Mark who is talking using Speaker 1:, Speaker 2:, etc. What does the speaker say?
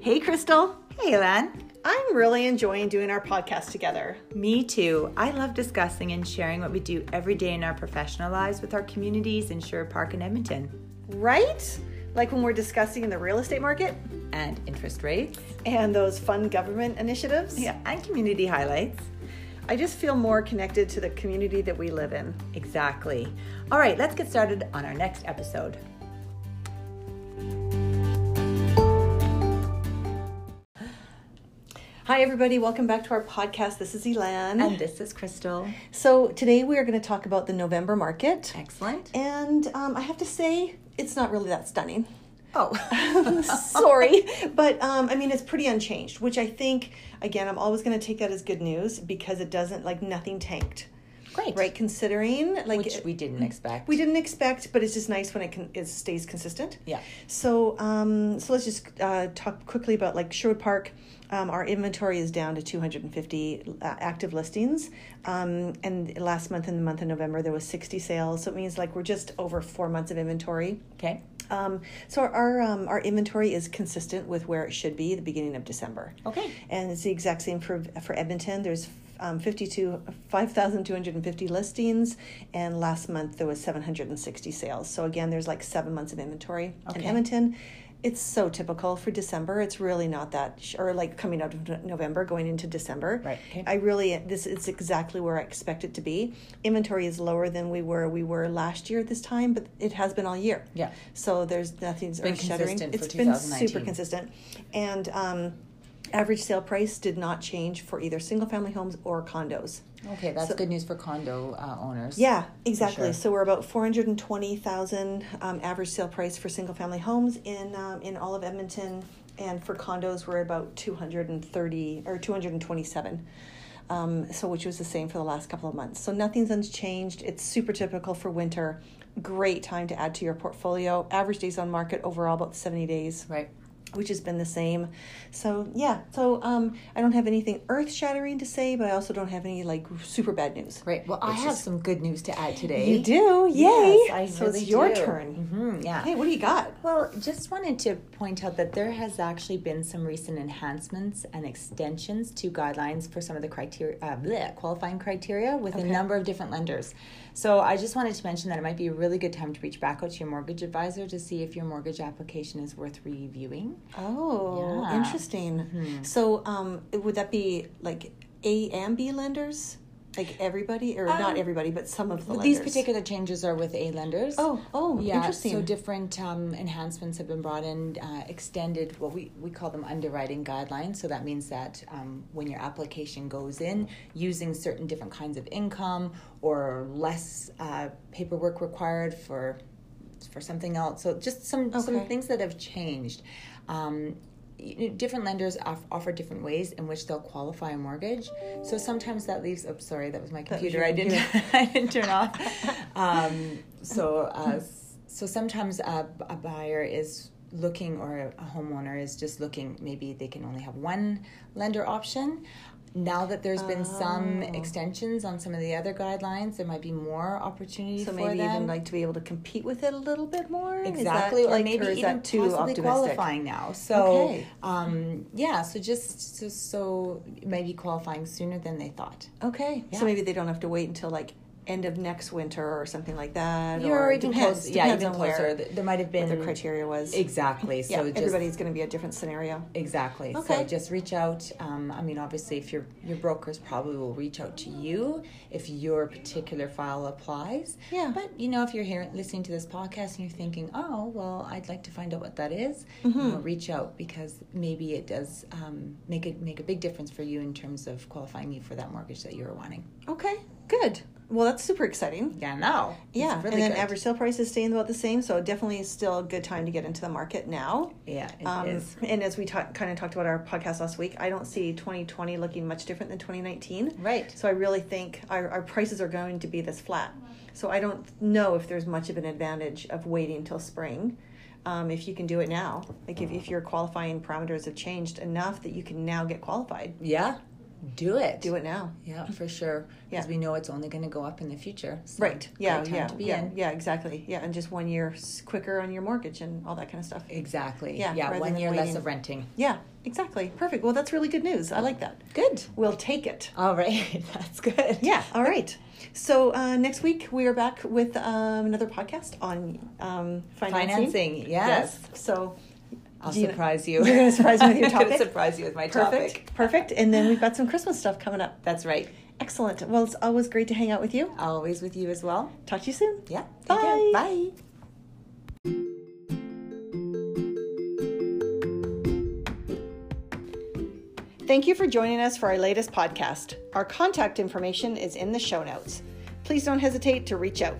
Speaker 1: Hey, Crystal.
Speaker 2: Hey, Elan.
Speaker 1: I'm really enjoying doing our podcast together.
Speaker 2: Me too. I love discussing and sharing what we do every day in our professional lives with our communities in Sure Park and Edmonton.
Speaker 1: Right? Like when we're discussing the real estate market
Speaker 2: And interest rates.
Speaker 1: and those fun government initiatives.
Speaker 2: Yeah, and community highlights.
Speaker 1: I just feel more connected to the community that we live in.
Speaker 2: Exactly. All right, let's get started on our next episode.
Speaker 1: Hi, everybody. Welcome back to our podcast. This is Elan.
Speaker 2: And this is Crystal.
Speaker 1: so today we are going to talk about the November market.
Speaker 2: Excellent.
Speaker 1: And um, I have to say, it's not really that stunning.
Speaker 2: Oh,
Speaker 1: Sorry, but um, I mean it's pretty unchanged, which I think again I'm always going to take that as good news because it doesn't like nothing tanked,
Speaker 2: great.
Speaker 1: right? Considering like
Speaker 2: Which
Speaker 1: it-
Speaker 2: we didn't expect.
Speaker 1: we didn't expect, but it's just nice when it can it stays consistent.
Speaker 2: Yeah.
Speaker 1: So um, so let's just uh, talk quickly about like Sherwood Park. Um, our inventory is down to 250 uh, active listings, um, and last month in the month of November there was 60 sales. So it means like we're just over four months of inventory.
Speaker 2: Okay.
Speaker 1: Um, so our our, um, our inventory is consistent with where it should be at the beginning of December.
Speaker 2: Okay.
Speaker 1: And it's the exact same for for Edmonton. There's um, 52 5,250 listings, and last month there was 760 sales. So again, there's like seven months of inventory in
Speaker 2: Okay.
Speaker 1: Edmonton. It's so typical for December. It's really not that, sh- or like coming out of No- November, going into December.
Speaker 2: Right, okay.
Speaker 1: I really this it's exactly where I expect it to be. Inventory is lower than we were we were last year at this time, but it has been all year.
Speaker 2: Yeah.
Speaker 1: So there's nothing's
Speaker 2: Been
Speaker 1: earth shattering.
Speaker 2: consistent for
Speaker 1: It's been super
Speaker 2: 2019.
Speaker 1: consistent, and um, average sale price did not change for either single family homes or condos.
Speaker 2: Okay, that's
Speaker 1: So-
Speaker 2: good news for condo uh, owners.
Speaker 1: Yeah, exactly.
Speaker 2: sure.
Speaker 1: So we're about four hundred and twenty thousand um, average sale price for single family homes in um, in all of Edmonton, and for condos we're about two hundred and thirty or two hundred and twenty seven. Um, so which was the same for the last couple of months. So nothing's unchanged. It's super typical for winter. Great time to add to your portfolio. Average days on market overall about seventy days
Speaker 2: Right.
Speaker 1: which has been the same. So yeah, so um, I don't have anything earth shattering to say, but I also don't have any like super bad news.
Speaker 2: Great. Well, I
Speaker 1: It's
Speaker 2: have
Speaker 1: just-
Speaker 2: some good news to add today.
Speaker 1: You do, Oh, yay!
Speaker 2: Yes, I
Speaker 1: so
Speaker 2: really
Speaker 1: it's your
Speaker 2: do.
Speaker 1: turn.
Speaker 2: Mhm, yeah.
Speaker 1: Hey, what do you got?
Speaker 2: Well, just wanted to point out that there has actually been some recent enhancements and extensions to guidelines for some of the criteria, uh, bleh, qualifying criteria with a
Speaker 1: Okay.
Speaker 2: number of different lenders. So I just wanted to mention that it might be a really good time to reach back out to your mortgage advisor to see if your mortgage application is worth reviewing.
Speaker 1: Oh,
Speaker 2: Yeah. Hmm.
Speaker 1: interesting. So um, would that be like A and B lenders? Like everybody, or
Speaker 2: Um,
Speaker 1: not everybody, but some of the
Speaker 2: But
Speaker 1: lenders.
Speaker 2: these particular changes are with A lenders.
Speaker 1: Oh, oh,
Speaker 2: Yeah,
Speaker 1: interesting.
Speaker 2: so different um, enhancements have been brought in, uh, extended, what we, we call them underwriting guidelines. So that means that um, when your application goes in, using certain different kinds of income or less uh, paperwork required for for something else. So just some, some
Speaker 1: Okay.
Speaker 2: things that have changed. Um, you know, different lenders off, offer different ways in which they'll qualify a mortgage. So sometimes that leaves. Oh, sorry, that was my
Speaker 1: That was
Speaker 2: computer.
Speaker 1: your
Speaker 2: I didn't.
Speaker 1: computer.
Speaker 2: I didn't turn off. Um, so, uh, s- so sometimes a, a buyer is looking, or a homeowner is just looking. Maybe they can only have one lender option. Now that there's been some
Speaker 1: Oh.
Speaker 2: extensions on some of the other guidelines, there might be more opportunity
Speaker 1: So
Speaker 2: for
Speaker 1: maybe
Speaker 2: them.
Speaker 1: even like to be able to compete with it a little bit more. Is that,
Speaker 2: Exactly, or
Speaker 1: like,
Speaker 2: maybe
Speaker 1: is
Speaker 2: even
Speaker 1: that too
Speaker 2: possibly
Speaker 1: optimistic?
Speaker 2: qualifying now. So,
Speaker 1: Okay.
Speaker 2: um, yeah, so just so, so maybe qualifying sooner than they thought.
Speaker 1: Okay.
Speaker 2: Yeah.
Speaker 1: So maybe they don't have to wait until like end of next winter or something like that.
Speaker 2: You're
Speaker 1: or
Speaker 2: even
Speaker 1: depends,
Speaker 2: close, yeah,
Speaker 1: depends
Speaker 2: even
Speaker 1: on where-
Speaker 2: closer. Th- There might have
Speaker 1: What
Speaker 2: been
Speaker 1: the criteria was.
Speaker 2: exactly.
Speaker 1: Yeah,
Speaker 2: So just,
Speaker 1: everybody's going to be a different scenario.
Speaker 2: Exactly. So
Speaker 1: Okay.
Speaker 2: just reach out. Um, I mean, obviously, if your your brokers probably will reach out to you if your particular file applies.
Speaker 1: Yeah.
Speaker 2: But you know, if you're here listening to this podcast and you're thinking, oh, well, I'd like to find out what that is,"
Speaker 1: Mm-hmm.
Speaker 2: you know, reach out because maybe it does um, make it make a big difference for you in terms of qualifying you for that mortgage that you were wanting.
Speaker 1: Okay, good. Well, that's super exciting.
Speaker 2: Yeah. No. It's
Speaker 1: Yeah,
Speaker 2: Really
Speaker 1: and then
Speaker 2: good.
Speaker 1: average sale price is staying about the same, so definitely still a good time to get into the market now.
Speaker 2: Yeah. it is.
Speaker 1: Um, And as we talk, kind of talked about our podcast last week, I don't see 2020 looking much different than 2019.
Speaker 2: Right.
Speaker 1: So I really think our, our prices are going to be this flat. So I don't know if there's much of an advantage of waiting till spring. Um, if you can do it now, like if, if your qualifying parameters have changed enough that you can now get qualified.
Speaker 2: Yeah. do it.
Speaker 1: Do it now.
Speaker 2: Yeah, for sure. Because
Speaker 1: Yeah.
Speaker 2: we know it's only going to go up in the future. So
Speaker 1: Right. Yeah.
Speaker 2: great time
Speaker 1: Yeah.
Speaker 2: to be
Speaker 1: Yeah.
Speaker 2: in.
Speaker 1: Yeah. Exactly. Yeah. And just one year s- quicker on your mortgage and all that kind of stuff.
Speaker 2: Exactly.
Speaker 1: Yeah,
Speaker 2: Yeah.
Speaker 1: rather
Speaker 2: One
Speaker 1: than
Speaker 2: year less
Speaker 1: waiting.
Speaker 2: of renting.
Speaker 1: Yeah. Exactly. Perfect. Well, that's really good news. I like that.
Speaker 2: Good.
Speaker 1: We'll take it.
Speaker 2: All right. That's good.
Speaker 1: Yeah. All right. So uh, next week we are back with um, another podcast on um, financing.
Speaker 2: Financing, yes.
Speaker 1: So
Speaker 2: I'll
Speaker 1: Gina-
Speaker 2: surprise you.
Speaker 1: You're gonna surprise me with your
Speaker 2: I'm gonna
Speaker 1: topic?
Speaker 2: surprise you with my
Speaker 1: perfect.
Speaker 2: topic.
Speaker 1: Perfect. And then we've got some Christmas stuff coming up.
Speaker 2: That's right.
Speaker 1: Excellent. Well, it's always great to hang out with you.
Speaker 2: Always with you as well.
Speaker 1: Talk to you soon.
Speaker 2: Yeah. Take care.
Speaker 1: Bye.
Speaker 2: Bye.
Speaker 1: Thank you for joining us for our latest podcast. Our contact information is in the show notes. Please don't hesitate to reach out.